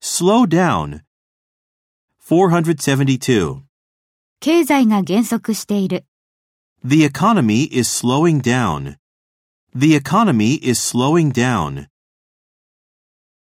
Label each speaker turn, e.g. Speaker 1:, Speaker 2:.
Speaker 1: Slow down. 472.
Speaker 2: 経済が減速している。
Speaker 1: The economy is slowing down. The economy is slowing down.